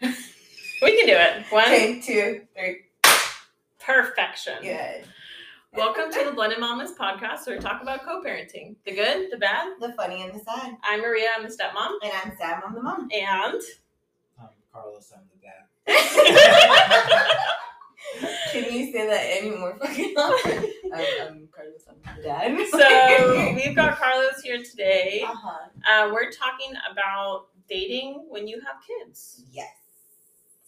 We can do it. One Okay, two, three. perfection. Good. Welcome to the Blended Mamas podcast, where we talk about co-parenting: the good, the bad. the funny and the sad. I'm Maria. I'm a stepmom, And I'm Sam. I'm the mom. and I'm Um, Carlos. I'm the dad. Can you say that any more fucking often? I'm, I'm Carlos. I'm the dad. so we've got Carlos here today. uh huh. Uh, we're talking about dating when you have kids. Yes.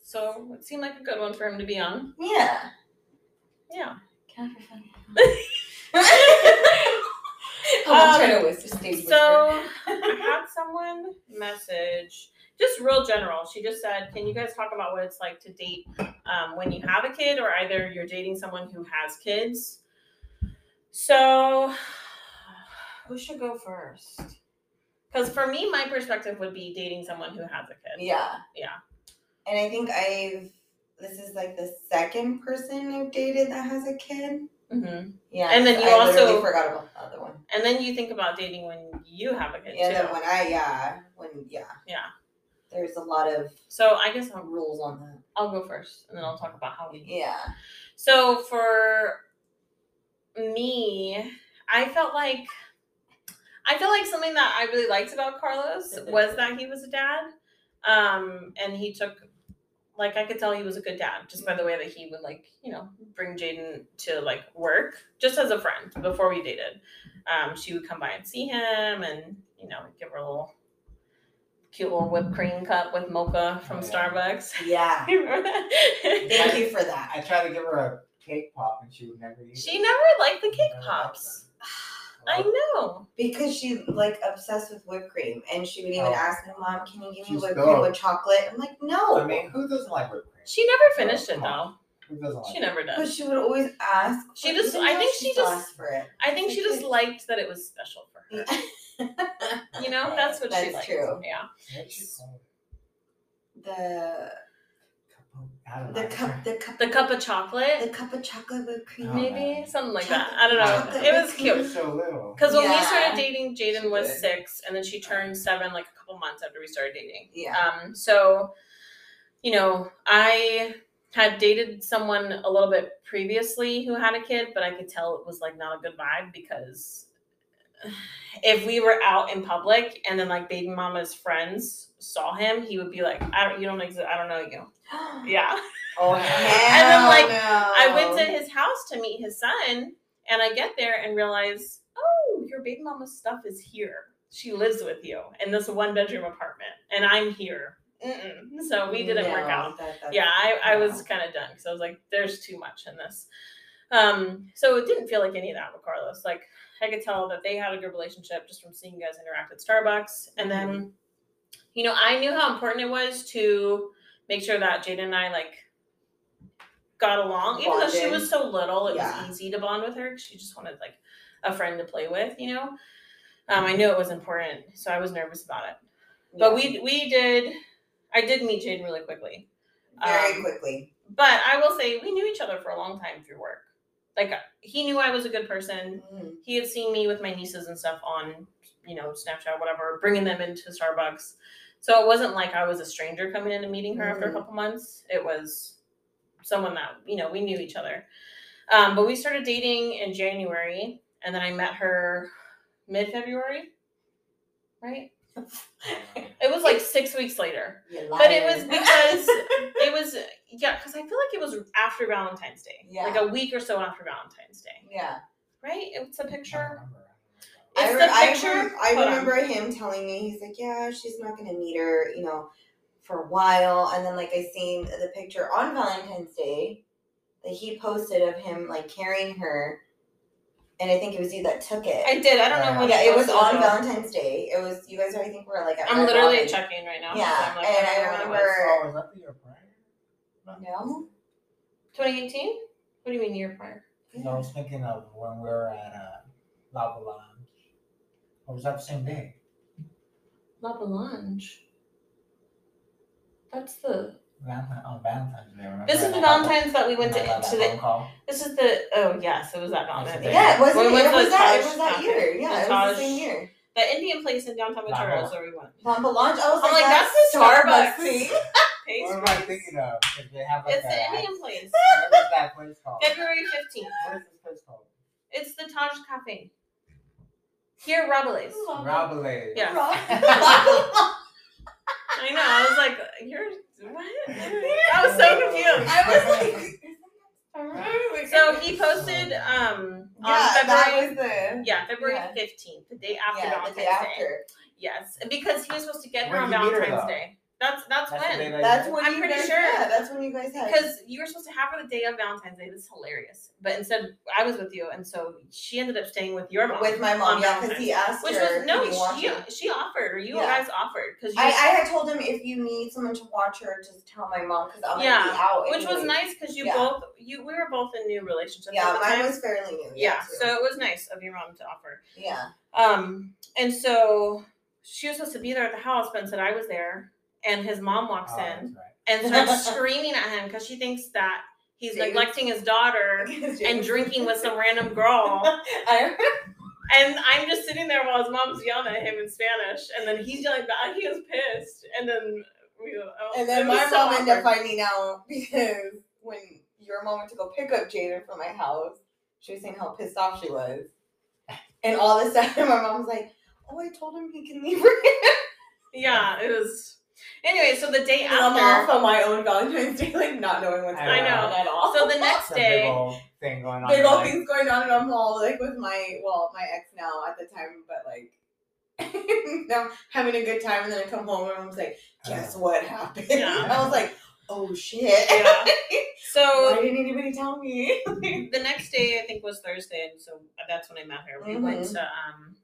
So it seemed like a good one for him to be on. Yeah. Yeah. Kind of for fun. I'm Um, trying to whisper. Stage whisper. So I had someone message, just real general. She just said, "Can you guys talk about what it's like to date um, when you have a kid, or either you're dating someone who has kids?" So, who should go first? Because for me, my perspective would be dating someone who has a kid. yeah. Yeah. And I think I've. This is like the second person I've dated that has a kid. hmm Yeah. And then so you I literally also- forgot about the other one. And then you think about dating when you have a kid Yeah, too. then when I yeah, when yeah. Yeah. There's a lot of so I guess I'll, rules on that. I'll go first, and then I'll talk about how we Yeah. So for me, I felt like I feel like something that I really liked about Carlos Mm-hmm. was that he was a dad. Um, and he took like I could tell he was a good dad just by the way that he would like, you know, bring Jaden to like work just as a friend before we dated. Um, she would come by and see him and, you know, give her a little cute little whipped cream cup with mocha from Oh, yeah. Starbucks. Yeah. Thank you for that. I tried to give her a cake pop, and she would never eat. She never liked the cake pops. I know. Because she like obsessed with whipped cream and she would even Oh. ask me, Mom, can you give me She's whipped cream dumb. with chocolate? I'm like, no. I mean, who doesn't like whipped cream? She never finished it though. Who doesn't like? She never but does. she would always ask. She but just- even I though think she still just- asked for it. I think she just liked that it was special for her. You know, that's what she That's liked. true. Yeah. What'd she call it? the I don't know. the cup the cup The cup of the chocolate, cup of chocolate whipped cream. Oh, maybe man. something like that. Chocolate- I don't know. chocolate It was with She cute. was so little. Because when we Yeah. started dating, Jaden was did. six, and then she turned seven like a couple months after we started dating. Yeah. Um, so, you know, I had dated someone a little bit previously who had a kid, but I could tell it was like not a good vibe because if we were out in public and then like baby mama's friends saw him, he would be like, "I don't, you don't exist. I don't know you." Uh, Yeah. Oh And hell then, like, no. I went to Oh. his house to meet his son, and I get there and realize, oh, your baby mama's stuff is here. She lives with you in this one bedroom apartment, and I'm here. Mm-mm. So we didn't work No, out. that- that- Yeah, I, I was no. kind of done because I was like, there's too much in this. Um, so it didn't feel like any of that with Carlos. Like I could tell that they had a good relationship just from seeing you guys interact at Starbucks. And Mm-hmm. then, you know, I knew how important it was to make sure that Jaden and I like got along. Even though she Bonded. was so little, it Yeah. was easy to bond with her. 'cause She just wanted like a friend to play with, you know. Um, I knew it was important, so I was nervous about it. But Yeah. we we did I did meet Jaden really quickly very um, quickly. but I will say we knew each other for a long time through work. Like he knew I was a good person. Mhm. He had seen me with my nieces and stuff on, you know, Snapchat, whatever, bringing them into Starbucks. So it wasn't like I was a stranger coming in and meeting her after a Mhm. couple months. It was someone that you know we knew each other. Um, but we started dating in January, and then I met her mid February. Right? It was like six weeks later You but it liar. was because it was yeah because i feel like it was after valentine's day Yeah. like a week or so after valentine's day yeah. right it's a picture I it's re- the I, picture rem- I hold on. remember him telling me he's like, yeah, she's not gonna meet her, you know, for a while. And then like I seen the picture on Valentine's Day that he posted of him like carrying her, and I think it was you that took it. Uh-huh. i did i don't know what yeah, it was posted on though. Valentine's Day. It was you guys. Are, I think were like at i'm Red literally Robin. checking right now 'cause Yeah, I'm like, and don't I know what it was. remember- Oh, is that the year prior? No. 2018 what do you mean year prior Because I was thinking of when we were at uh, Lava Lounge. Or was that the same day? la Belange. that's the Valentine, on Valentine's Day. Remember This is the I got Valentine's that we went to, I got that to the. phone call. This is the. Oh yes, it was that Valentine's. Yeah. Yeah, it wasn't. When It we was went to the that. It Taj was that Cafe. year. Yeah, it Taj- was the same year. The Indian place in downtown Ventura Wow. is where we went. Pampa Lounge. I was I'm like, like, that's, that's the the Starbucks. Starbucks. thing. Pace What am I Place. thinking of? Because they have like It's the a- Indian place. What is that place called? February fifteenth. What is this place called? It's the Taj Cafe. Here, Rabelais. Rabelais. Yeah. I know. I was like, you're what? I was so confused. I was like, I remember we- So he posted um on yeah, that February was the yeah February yeah. fifteenth, the day after yeah, the Valentine's day Day. after. Yes, because he was supposed to get her on Where'd you meet her, Valentine's though? Day. That's that's, That's the day when that That's you- when I'm you pretty guys, sure. Yeah, that's when you guys had. because you were supposed to have her the day of Valentine's Day. This is hilarious. But instead, I was with you, and so she ended up staying with your mom. with my mom, on yeah, because Valentine's he asked which her. was no, if you want she to. she offered, or you Yeah. guys offered, because I, I had told him if you need someone to watch her, just tell my mom because I'm gonna Yeah, be out. which was anyway. nice because you Yeah. both you we were both in new relationships. at Yeah, the mine time. was fairly new. yeah, too. so it was nice of your mom to offer. yeah, Um, and so she was supposed to be there at the house, but instead I was there, and his mom walks Oh, in that's right. and starts screaming at him because she thinks that he's James. neglecting his daughter and drinking with some random girl. I, And I'm just sitting there while his mom's yelling at him in Spanish, and then he's yelling back. He was pissed, and then we. Oh, and it then was my so mom ended awkward. up finding out because when your mom went to go pick up Jaden from my house, she was saying how pissed off she was, and all of a sudden my mom was like, "Oh, I told him he can leave her." Yeah, it was. Anyway, so the day And I'm off after, on my own Valentine's Day, like not knowing what's I going know. on at all. so the next It's a big day, old thing going on. big You're old like, things going on, and I'm all like with my well, my ex now at the time, but like now having a good time, and then I come home and I'm just like, Uh. guess what happened? Yeah. I was like, oh shit. yeah. Why So didn't anybody tell me? the next day, I think was Thursday, and so that's when I met her. We went Mhm. to um,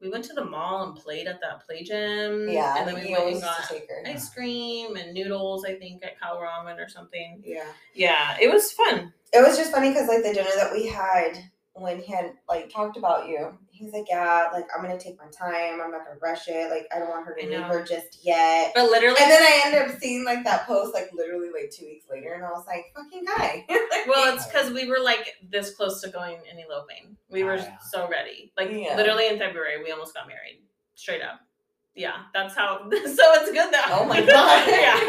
we went to the mall and played at that play gym. Yeah, and then we he went always and used got to take her. ice cream and noodles. I think at Cal Ramen or something. Yeah, Yeah, it was fun. it was just funny because like the dinner that we had when he had like talked about you, he's like, yeah, like I'm gonna take my time. I'm not gonna rush it. Like I don't want her to I leave know. her just yet. But literally, And then I ended up seeing like that post like literally like two weeks later, and I was like, "Fucking guy." well, it's because we were like this close to going and eloping. We were Oh, yeah. so ready. Like Yeah. literally in February, we almost got married. Straight up. Yeah, that's how. So it's good that. Oh my God. yeah,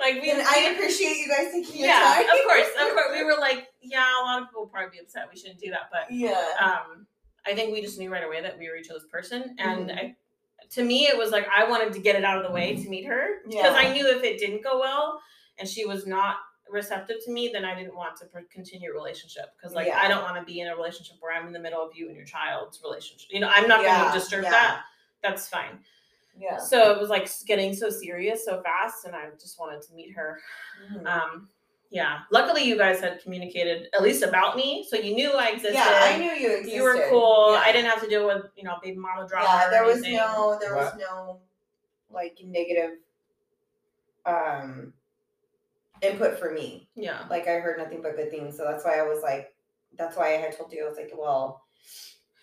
like we. and I appreciate you guys taking your yeah, time. of course, of course. We were like, yeah, a lot of people will probably be upset. We shouldn't do that, but Yeah. um, I think we just knew right away that we were each other's person, and Mm-hmm. I, to me, it was like I wanted to get it out of the way to meet her because Yeah. I knew if it didn't go well and she was not receptive to me, then I didn't want to per- continue a relationship because like Yeah. I don't want to be in a relationship where I'm in the middle of you and your child's relationship. You know, I'm not Yeah, going to disturb yeah. that. That's fine. Yeah. So it was like getting so serious so fast, and I just wanted to meet her. Mhm. Um, yeah. Luckily, you guys had communicated at least about me, so you knew I existed yeah, I knew you existed. you were cool. Yeah. I didn't have to deal with you know baby mama drama. Yeah, or there was anything. no, there was What? no, like negative, um, input for me. Yeah, Like I heard nothing but good things, so that's why I was like, that's why I had told you I was like, well.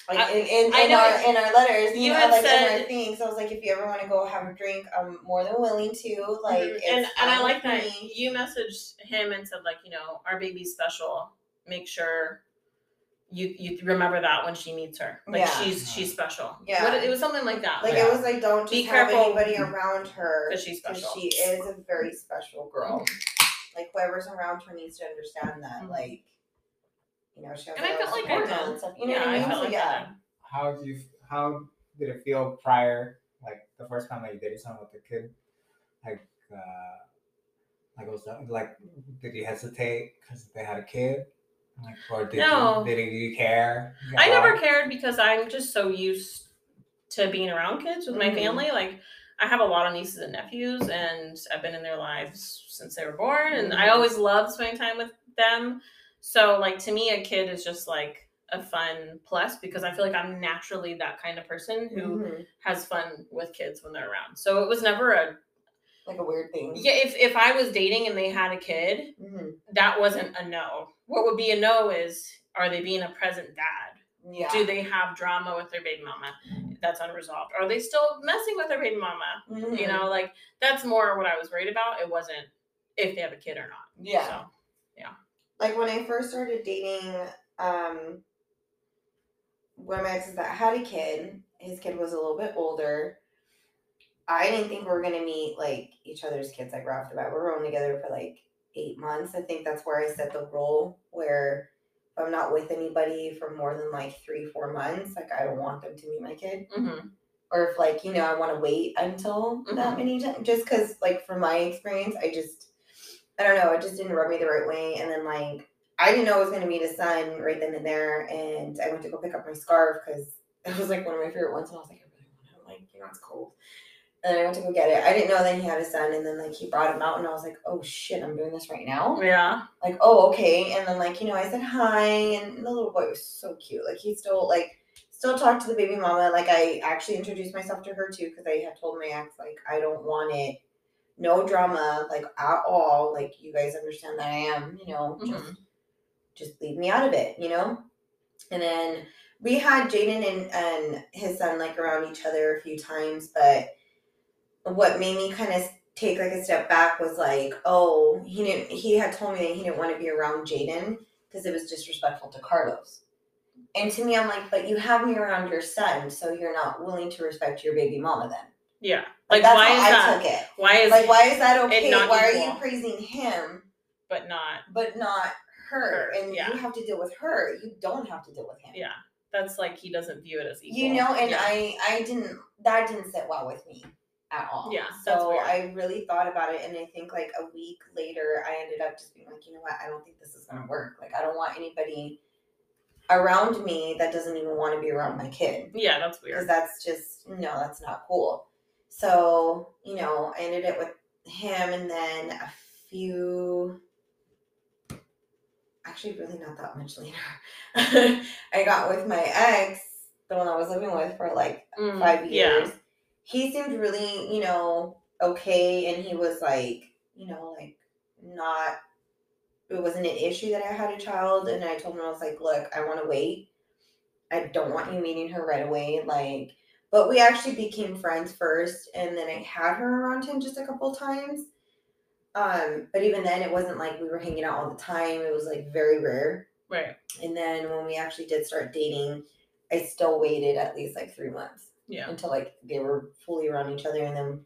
Like I- in, in, I in know our it- in our letters, you, you know, had like in said- our things, I was like, if you ever want to go have a drink, I'm more than willing to. Like, Mhm. it's and and I fine with like that me. you messaged him and said like you know our baby's special. Make sure you you remember that when she meets her. Like Yeah. she's she's special. Yeah. What, it was something like that. Like Like Yeah. it was like don't just Be have careful. anybody around her because she's because special. she is a very special girl. Like whoever's around her needs to understand that. Mhm. Like you know, she has And I a lot of felt like I support did. and stuff. You know yeah, what I I mean? felt So, like yeah. that. how do you? How did it feel prior, like the first time that you dated someone with a kid? Like, uh, like was that like? Did you hesitate because they had a kid? Like, or did No. you, did you care? I at all? never cared because I'm just so used to being around kids with my Mhm. family. Like I have a lot of nieces and nephews, and I've been in their lives since they were born, and I Mhm. always loved spending time with them. So, like to me, a kid is just like a fun plus because I feel like I'm naturally that kind of person who Mhm. has fun with kids when they're around. So it was never a Like a weird thing. yeah. If if I was dating and they had a kid, Mhm. that wasn't a no. What would be a no is are they being a present dad? Yeah. Do they have drama with their baby mama that's unresolved? Are they still messing with their baby mama? Mhm. You know, like that's more what I was worried about. It wasn't if they have a kid or not. Yeah. So, like when I first started dating um one of my exes that had a kid, his kid was a little bit older. I didn't think we were gonna meet like each other's kids like right off the bat. We were only together for like eight months. I think that's where I set the rule where if I'm not with anybody for more than like three, four months, like I don't want them to meet my kid. mhm. Or if like, you know, I want to wait until that many times just because like from my experience, I just I don't know, it just didn't rub me the right way. And then like I didn't know it was gonna meet a son right then and there. And I went to go pick up my scarf because it was like one of my favorite ones, and I was like, I really want it. Like, you know, it's cold. And I went to go get it. I didn't know then he had a son, and then like he brought him out, and I was like, oh shit, I'm doing this right now. yeah. Like, oh okay. And then like you know, I said hi, and the little boy was so cute. Like he still like still talked to the baby mama. Like I actually introduced myself to her too because I had told my ex like I don't want it. No drama, like at all. Like you guys understand that I am, you know, just Mhm. just leave me out of it, you know? And then we had Jaden and, and his son like around each other a few times, but what made me kind of take like a step back was like, oh, he didn't, he had told me that he didn't want to be around Jaden because it was disrespectful to Carlos. And to me, I'm like, but you have me around your son, so you're not willing to respect your baby mama then. Yeah. Like, that's why how is I that? took it. Why is Like, why is that okay? not Why are equal. you praising him but not? but not her. Her, and yeah. you have to deal with her. You don't have to deal with him. Yeah. That's like he doesn't view it as equal. You know, and yeah. I I didn't that didn't sit well with me at all. Yeah, that's So weird. I really thought about it and I think like a week later I ended up just being like, you know what, I don't think this is gonna work. Like I don't want anybody around me that doesn't even want to be around my kid Yeah, that's because weird. that's just no, that's not cool. So you know, I ended it with him, and then a few, actually, really not that much later, I got with my ex, the one I was living with for like Mm, five Yeah. years. He seemed really, you know, okay, and he was like, you know, like not. It wasn't an issue that I had a child, and I told him I was like, look, I want to wait. I don't want you meeting her right away. Like, but we actually became friends first, and then I had her around him just a couple times. Um, but even then, it wasn't like we were hanging out all the time. It was like very rare. Right. And then when we actually did start dating, I still waited at least like three months Yeah. until like they were fully around each other and then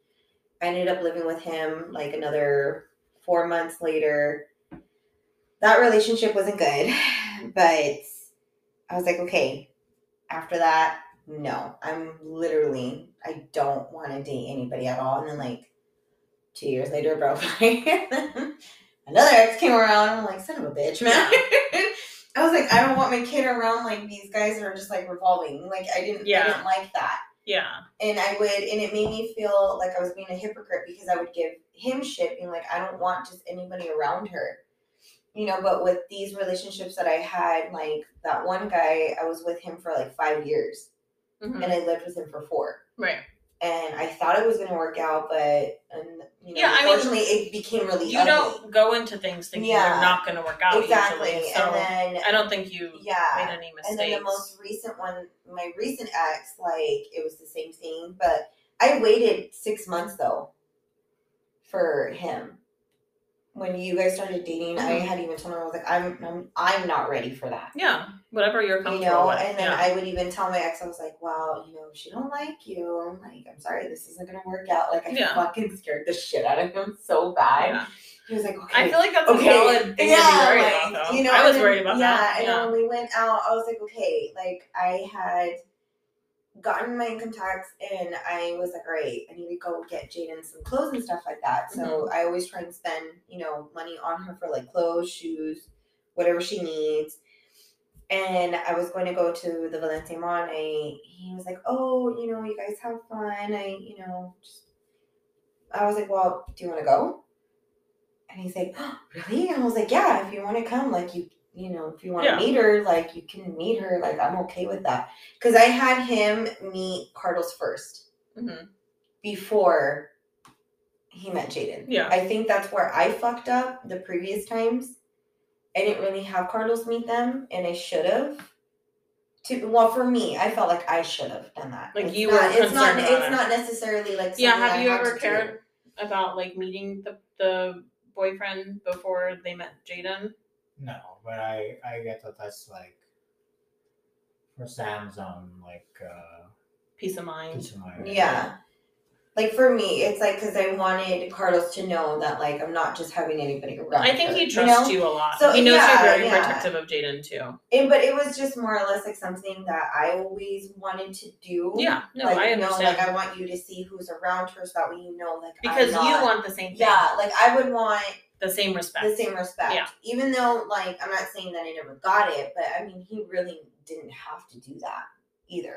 i ended up living with him like another four months later that relationship wasn't good but i was like okay after that no i'm literally i don't want to date anybody at all and then like two years later bro another ex came around i'm like son of a bitch man i was like i don't want my kid around like these guys that are just like revolving like i didn't i Yeah. didn't like that Yeah. and I would, and it made me feel like I was being a hypocrite because I would give him shit, being like, I don't want just anybody around her, you know. But with these relationships that I had, like that one guy, I was with him for like five years, Mhm. and I lived with him for four, Right. and I thought it was gonna work out, but and you know, Yeah, I mean, unfortunately, it became really You ugly. don't go into things thinking Yeah. they're not going to work out. exactly, Usually, and so then I don't think you yeah, made any mistakes. And then the most recent one, my recent ex, like it was the same thing, but I waited six months though for him. When you guys started dating, I Mhm. had even told him I was like, I'm I'm, I'm not ready for that. yeah. Whatever you're You comfortable know, with. and then yeah. I would even tell my ex, I was like, "Wow, you know, if she don't like you. I'm like, I'm sorry, this isn't gonna work out." Like, I Yeah. fucking scared the shit out of him so bad. Yeah. He was like, "Okay, I feel like that's Okay, a valid thing to be worried about, though. You know, I was and then- worried about yeah, that. and yeah. then when we went out, I was like, okay, like I had gotten my income tax, and I was like, all right, I need to go get Jaden some clothes and stuff like that. So Mm-hmm. I always try and spend, you know, money on her for like clothes, shoes, whatever she needs. And I was going to go to the Valencia Mall, and I, he was like, oh, you know, you guys have fun. I, you know, just. I was like, well, do you want to go? And he's like, oh, really? And I was like, yeah, if you want to come, like you, you know, if you want to Yeah. meet her, like you can meet her. Like I'm okay with that. Cause I had him meet Carlos first Mhm. before he met Jaden. Yeah. I think that's where I fucked up the previous times. I didn't really have Carlos meet them and I should have. To, well, for me, I felt like I should have done that. Like, It's you not, were It's not. concerned It's about it. not necessarily like. Yeah, something have I you had ever to do. cared about like meeting the the boyfriend before they met Jaden? No, but I I get that that's like for Sam's on like uh Peace of mind. peace of mind. Yeah. Like for me, it's like because I wanted Carlos to know that like I'm not just having anybody around. I think her, he you trusts know? you, a lot. So, he knows yeah, you're very yeah. protective of Jaden too. And but it was just more or less like something that I always wanted to do. Yeah, no, like, I you know, understand. like I want you to see who's around her, so that way you know, like I'm because you not- want the same thing, Yeah, like I would want the same respect. the same respect. Yeah. Even though, like, I'm not saying that I never got it, but I mean, he really didn't have to do that either.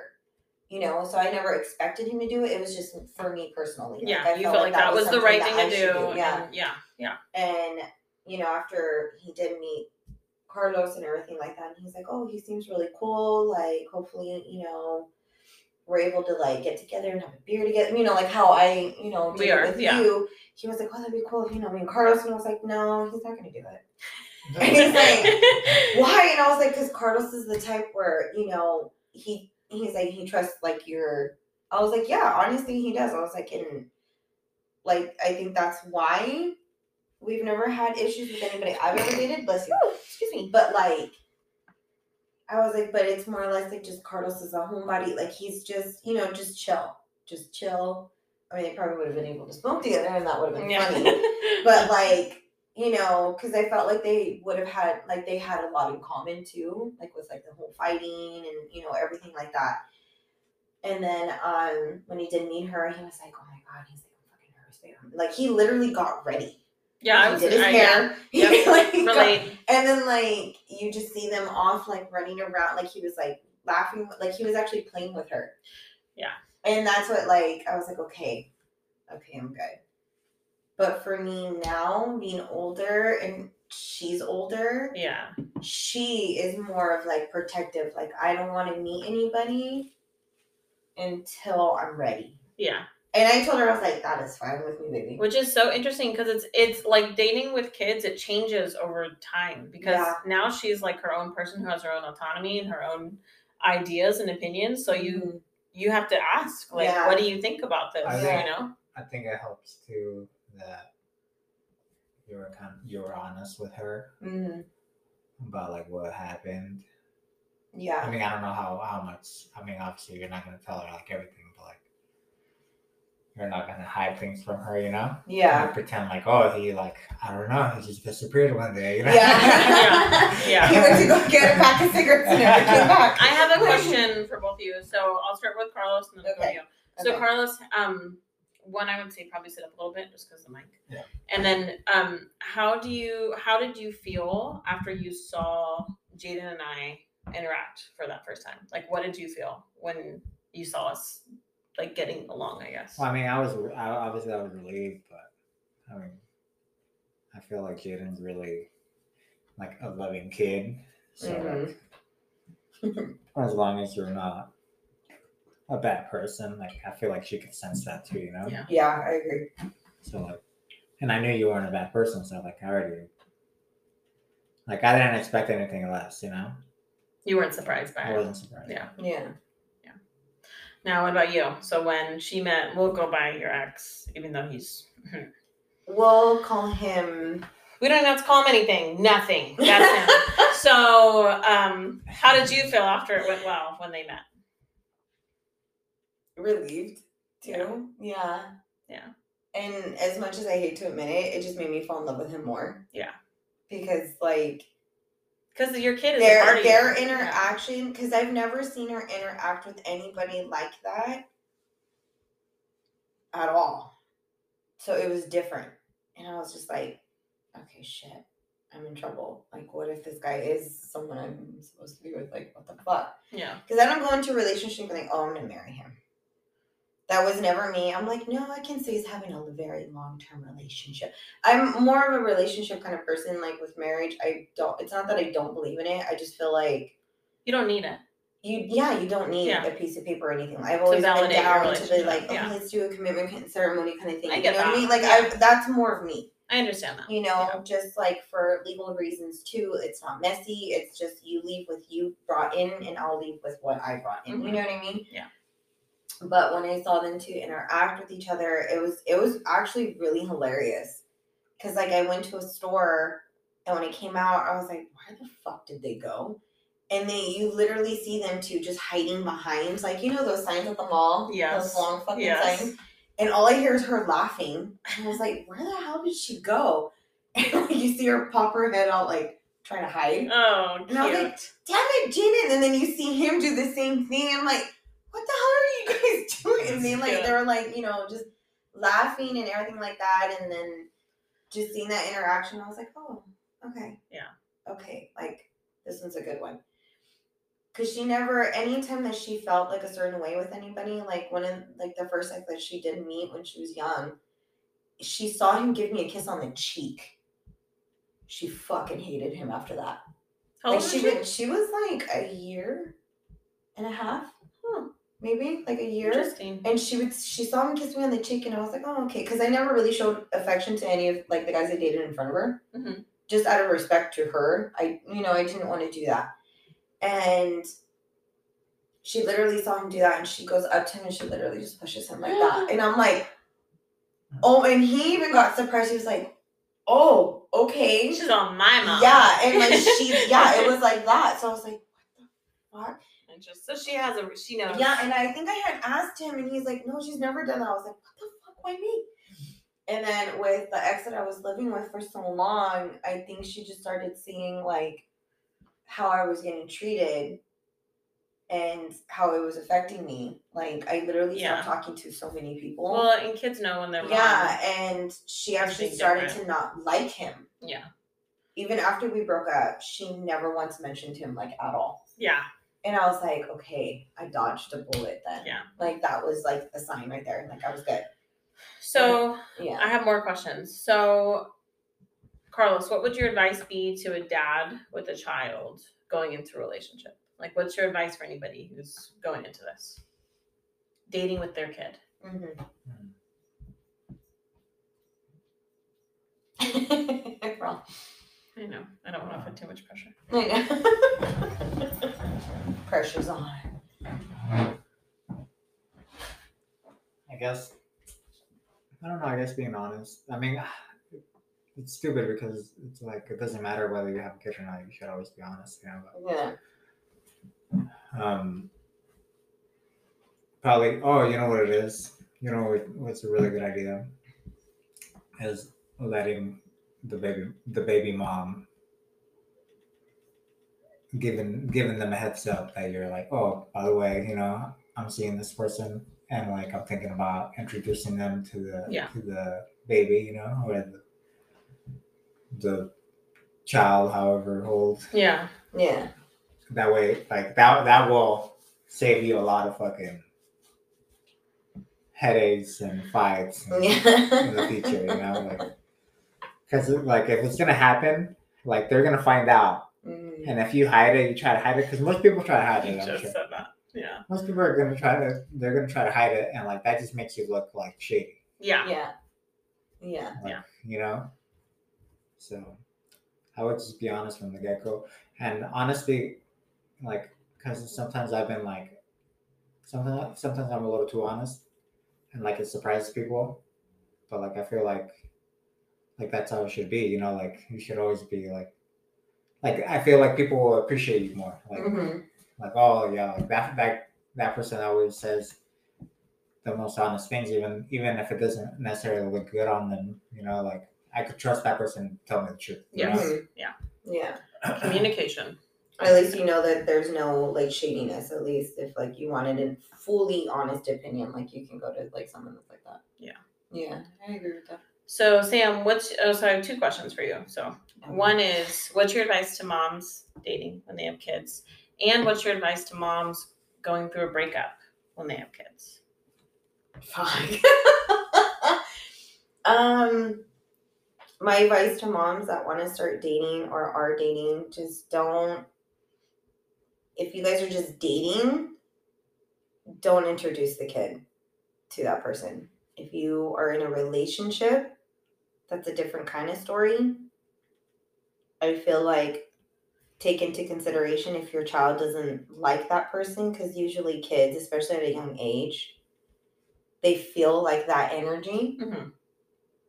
You know, so I never expected him to do it. It was just for me personally. yeah, I you felt like that was the something right thing that to I do. should Yeah. and yeah, yeah. And, you know, after he did meet Carlos and everything like that, and he's like, oh, he seems really cool. Like, hopefully, you know, we're able to like get together and have a beer together. You know, like how I, you know, We did are, it with yeah. you. He was like, oh, that'd be cool if you know me and Carlos. And I was like, no, he's not going to do it. Yeah. why? And I was like, because Carlos is the type where you know he he's like he trusts like your. I was like, yeah, honestly, he does. I was like, and like I think that's why we've never had issues with anybody I've ever dated. Bless you, excuse me. But like, I was like, but it's more or less like just Carlos is a homebody. Like he's just you know just chill, just chill. I mean, they probably would have been able to smoke together, and that would have been funny yeah. but like you know because i felt like they would have had like they had a lot in common too like with like the whole fighting and you know everything like that and then um when he did meet her he was like oh my god he's like i'm fucking nervous babe." like he literally got ready yeah, I he was did his I- yeah. hair He, Yep. like, got- relate. and then like you just see them off like running around like he was like laughing like he was actually playing with her Yeah. and that's what like i was like okay okay i'm good but for me now being older and she's older Yeah, she is more of like protective like i don't want to meet anybody until i'm ready yeah. and i told her i was like that is fine with me baby Which is so interesting because it's it's like dating with kids. It changes over time because Yeah. now she's like her own person who has her own autonomy and her own ideas and opinions. So you Mhm. you have to ask like, Yeah. what do you think about this? I think- You know? I think it helps too that you were kind you were honest with her Mhm. about like what happened. I yeah mean, I don't know how how much. I mean, obviously, you're not gonna tell her like everything, but like you're not gonna hide things from her, you know. yeah Like, pretend like oh he like I don't know he just disappeared one day, you know. Yeah. Yeah. he went to go get a pack of cigarettes and never came back. I have a question for both of you. So I'll start with Carlos and then I'll go to Okay. you. So Okay. Carlos, um, one I would say probably sit up a little bit just because the mic. Yeah. And then, um, how do you how did you feel after you saw Jaden and I interact for that first time? Like, what did you feel when you saw us like getting along? I guess. Well, I mean, I was I, obviously I was relieved, but I mean, I feel like Jaden's really like a loving kid. So like, Mm-hmm. as long as you're not a bad person, like I feel like she could sense that too, you know. Yeah. Yeah, I agree. So like, and I knew you weren't a bad person, so like I already like I didn't expect anything less, you know. You weren't surprised by I it. wasn't surprised. Yeah. Yeah. Now, what about you? So when she met, we'll go by your ex, even though he's We'll call him. we don't even have to call him anything. Nothing. That's him. so, um, how did you feel after it went well when they met? Relieved too. Yeah. Yeah. And as much as I hate to admit it, it just made me fall in love with him more. Yeah. Because like Because your kid is a part their of their you. interaction, because I've never seen her interact with anybody like that at all. So it was different, and I was just like, okay, shit. I'm in trouble. Like, what if this guy is someone I'm supposed to be with? Like, what the fuck? Yeah. Because I don't go into a relationship and think, oh, I'm going to marry him. That was never me. I'm like, no, I can see he's having a very long term relationship. I'm more of a relationship kind of person. Like with marriage, I don't, it's not that I don't believe in it. I just feel like You don't need it. you, yeah, you don't need Yeah. a piece of paper or anything. I've always been validate your down to the relationship, like, oh, yeah. let's do a commitment con- ceremony kind of thing. I you get know what that, I mean? Like, yeah. I've, that's more of me I understand that. you know, just like for legal reasons too. It's not messy. It's just you leave with you brought in, and I'll leave with what I brought in. You know what I mean? Mm-hmm. Yeah. But when I saw them two interact with each other, it was it was actually really hilarious Cause like I went to a store and when I came out, I was like, why the fuck did they go? And they, you literally see them too, just hiding behind, like you know those signs at the mall, Yes. those long fucking Yes. signs. And all I hear is her laughing. And I was like, where the hell did she go? And like, you see her pop her head out, like trying to hide. Oh, And I was like, cute. damn it, Jaden. And then you see him do the same thing. I'm like, what the hell are you guys doing? And they like Yeah. they were like, you know, just laughing and everything like that. And then just seeing that interaction, I was like, oh, okay. Yeah. Okay. Like this one's a good one. Cause she never anytime that she felt like a certain way with anybody, like one of like the first ex that she did meet when she was young, she saw him give me a kiss on the cheek. She fucking hated him after that How old like was she, she? was, she was like a year and a half, Huh. maybe like a year. Interesting. And she would she saw him kiss me on the cheek, and I was like, oh okay, because I never really showed affection to any of like the guys I dated in front of her, Mhm. just out of respect to her. I you know I didn't want to do that, and she literally saw him do that, and she goes up to him and she literally just pushes him like that, and I'm like, oh, and he even got surprised. He was like, oh okay, She's on my mom. yeah, and like she, yeah, it was like that. So I was like, what And just- so she has a she the knows. fuck? Yeah, and I think I had asked him, and he's like, no, she's never done that. I was like, what the fuck? Why me? And then with the ex that I was living with for so long, I think she just started seeing like how I was getting treated and how it was affecting me. Like I literally Yeah. stopped talking to so many people. Well, and kids know when they're wrong. yeah, and she actually Something started different. to not like him. Yeah. even after we broke up, she never once mentioned him like at all. Yeah. And I was like, okay, I dodged a bullet then. Yeah. Like that was like the sign right there. Like I was good. So Yeah. I have more questions. So, Carlos, what would your advice be to a dad with a child going into a relationship? Like, what's your advice for anybody who's going into this? Dating with their kid. Mm-hmm. Wrong. I know. I don't want to put too much pressure. I know. Mm-hmm. Pressure's on. I guess. I don't know. I guess being honest. I mean, it's stupid because it's like it doesn't matter whether you have a kid or not. You should always be honest, you know. Yeah. But, um, probably. Oh, you know what it is. You know what- what's a really good idea is letting the baby, the baby mom, giving giving them a heads up that you're like, oh, by the way, you know, I'm seeing this person and like I'm thinking about introducing them to the Yeah. to the baby, you know, or the, the child, however old. Yeah. Yeah. That way, like that that will save you a lot of fucking headaches and fights and in the Yeah. future, you know, like because like if it's gonna happen, like they're gonna find out, Mm. and if you hide it, you try to hide it because most people try to hide You it. I'm just sure. said that. Yeah. Most people are gonna try to they're gonna try to hide it, and like that just makes you look like shady, Yeah. Yeah. Yeah. you know. So, I would just be honest from the get go, and honestly, like because sometimes I've been like, sometimes sometimes I'm a little too honest, and like it surprises people, but like I feel like, like that's how it should be, you know. Like you should always be like, like I feel like people will appreciate you more, like Mm-hmm. like oh yeah like that that that person always says the most honest things even even if it doesn't necessarily look good on them you know like i could trust that person to tell me the truth you Yes. know? Yeah. Mm-hmm. Yeah. Communication. At least you know that there's no like shadiness. At least if like you wanted a fully honest opinion, like you can go to like someone that's like that. Yeah. Yeah, I agree with that. So, Sam, what's oh, so I have two questions for you. So, One is what's your advice to moms dating when they have kids? And what's your advice to moms going through a breakup when they have kids? fuck. um, my advice to moms that want to start dating or are dating, just don't. If you guys are just dating, don't introduce the kid to that person. If you are in a relationship, that's a different kind of story. I feel like take into consideration if your child doesn't like that person, because usually kids, especially at a young age, they feel like that energy. Mm-hmm.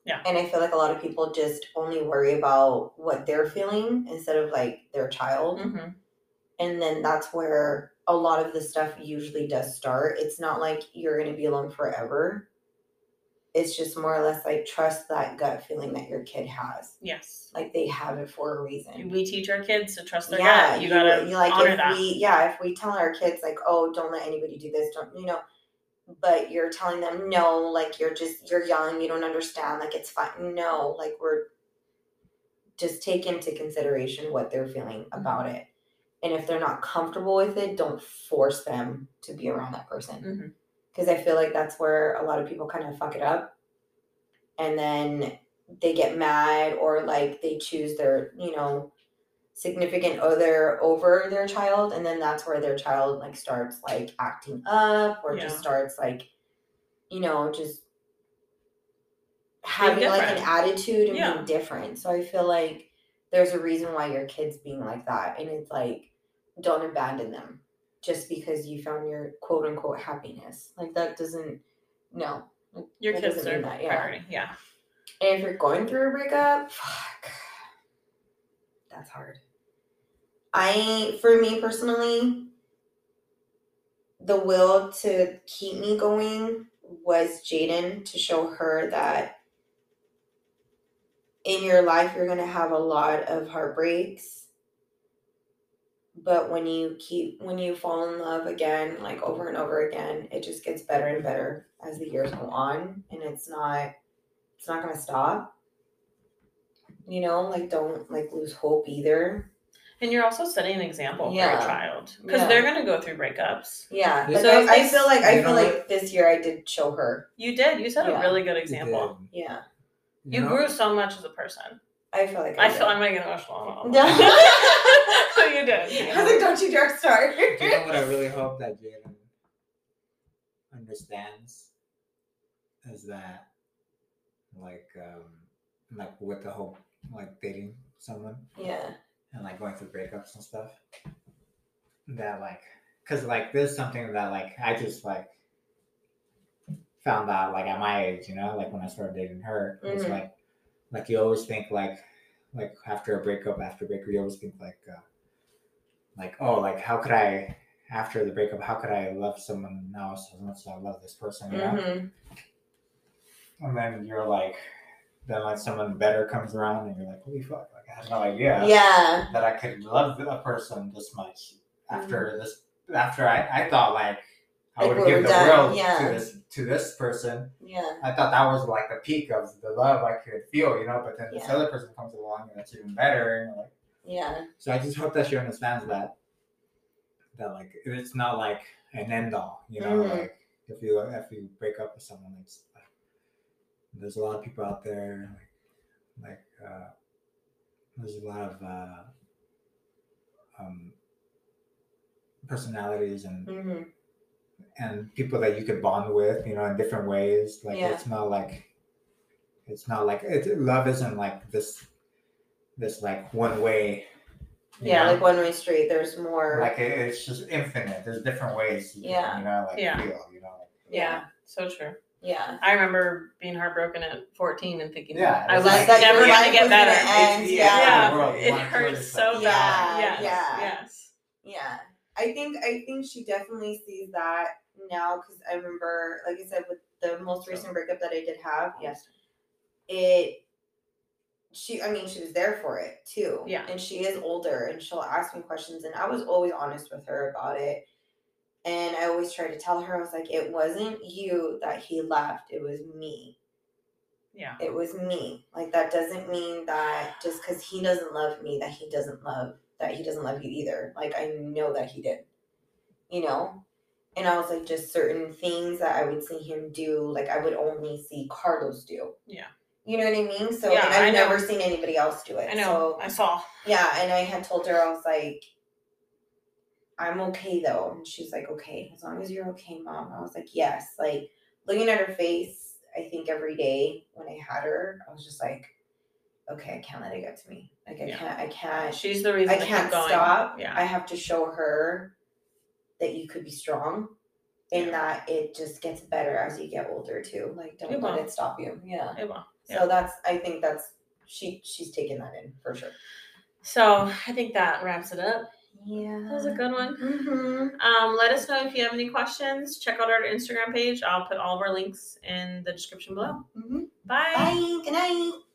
Yeah. And I feel like a lot of people just only worry about what they're feeling instead of like their child. Mhm. And then that's where a lot of the stuff usually does start. It's not like you're going to be alone forever. It's just more or less like trust that gut feeling that your kid has. Yes. Like they have it for a reason. We teach our kids to trust their yeah, gut. You gotta you like honor if that. we yeah, if we tell our kids like, oh, don't let anybody do this, don't you know, but you're telling them no, like you're just you're young, you don't understand, like it's fine. No, like we're just take into consideration what they're feeling about Mm-hmm. it. And if they're not comfortable with it, don't force them to be around that person. Mhm. Because I feel like that's where a lot of people kind of fuck it up. And then they get mad or like they choose their, you know, significant other over their child. And then that's where their child like starts like acting up or just Yeah. starts like, you know, just having like an different. attitude and Yeah. being different. So I feel like there's a reason why your kid's being like that. And it's like, don't abandon them just because you found your quote unquote happiness. Like, that doesn't, no. Your That kids doesn't are mean that, yeah. priority. Yeah. And if you're going through a breakup, fuck, that's hard. I, for me personally, the will to keep me going was Jaden to show her that in your life you're going to have a lot of heartbreaks. But when you keep, when you fall in love again, like over and over again, it just gets better and better as the years go on. And it's not, it's not gonna stop. You know, like don't like lose hope either. And you're also setting an example for Yeah. your child because Yeah. they're gonna go through breakups. Yeah. Yeah. But So I, I it's- feel like I you feel know- like this year I did show her. You did. You set Yeah. a really good example. Yeah. You grew so much as a person. I feel like I, I feel I'm not getting emotional. No. but you did. did. I was like, don't you dare start. Do you know what I really hope that Jaden understands is that like um like with the whole like dating someone yeah. and like going through breakups and stuff that like because like this is something that like I just like found out like at my age you know like when I started dating her it's Mhm. like like you always think like like after a breakup after a breakup you always think like uh, like oh like how could I after the breakup how could I love someone else as much as I love this person you know Mm-hmm. and then you're like then like someone better comes around and you're like holy fuck like I had no idea Yeah. that I could love a person this much after this after I, I thought like I Mm. Like would we give were the done, world yeah. to this to this person. Yeah. I thought that was like the peak of the love I could feel, you know, but then this Yeah. other person comes along and it's even better and you're like Yeah. so I just hope that she understands that that like it's not like an end all, you know, Mhm. like if you if you break up with someone, it's like there's a lot of people out there like like uh, there's a lot of uh, um, personalities and Mm-hmm. and people that you could bond with, you know, in different ways. Like Yeah. it's not like it's not like it, love isn't like this this like one way. you Yeah. know? Like one way street. There's more. like it, it's just infinite. There's different ways. You Yeah. Can, you know, like Yeah. feel. You know. Like, Yeah. So true. Yeah. I remember being heartbroken at 14 and thinking, Yeah, I was it's like, like- never Like, gonna life get was gonna better. end. And, It's- yeah. the world, you it wanna kill hurts yourself. so Yeah, bad. bad. Yes, yeah. yes. Yeah. I think I think she definitely sees that now because I remember, like I said, with the most recent breakup that I did have. Yeah. it she i mean she was there for it too Yeah. and she is older and she'll ask me questions and i was always honest with her about it and i always tried to tell her i was like it wasn't you that he left it was me Yeah. it was me like that doesn't mean that just because he doesn't love me that he doesn't love that he doesn't love you either like i know that he did you know and i was like just certain things that i would see him do like i would only see carlos do Yeah. you know what i mean so Yeah, and I i've know. never seen anybody else do it I know. so I saw. yeah, and I had told her I was like, I'm okay though, and she's like, okay, as long as you're okay, mom. I was like, yes. Like looking at her face, I think every day when I had her, I was just like, okay, I can't let it get to me. Like I Yeah. can't, I can't, She's the reason I to keep can't going. stop. Yeah. I have to show her that you could be strong. And Yeah. that it just gets better as you get older too. Like don't It let will. it stop you. Yeah. It will. Yeah. So that's I think that's she she's taking that in for sure. So I think that wraps it up. Yeah. That was a good one. Mm-hmm. Um, let us know if you have any questions. Check out our Instagram page. I'll put all of our links in the description below. Mm-hmm. Bye. Bye. Good night.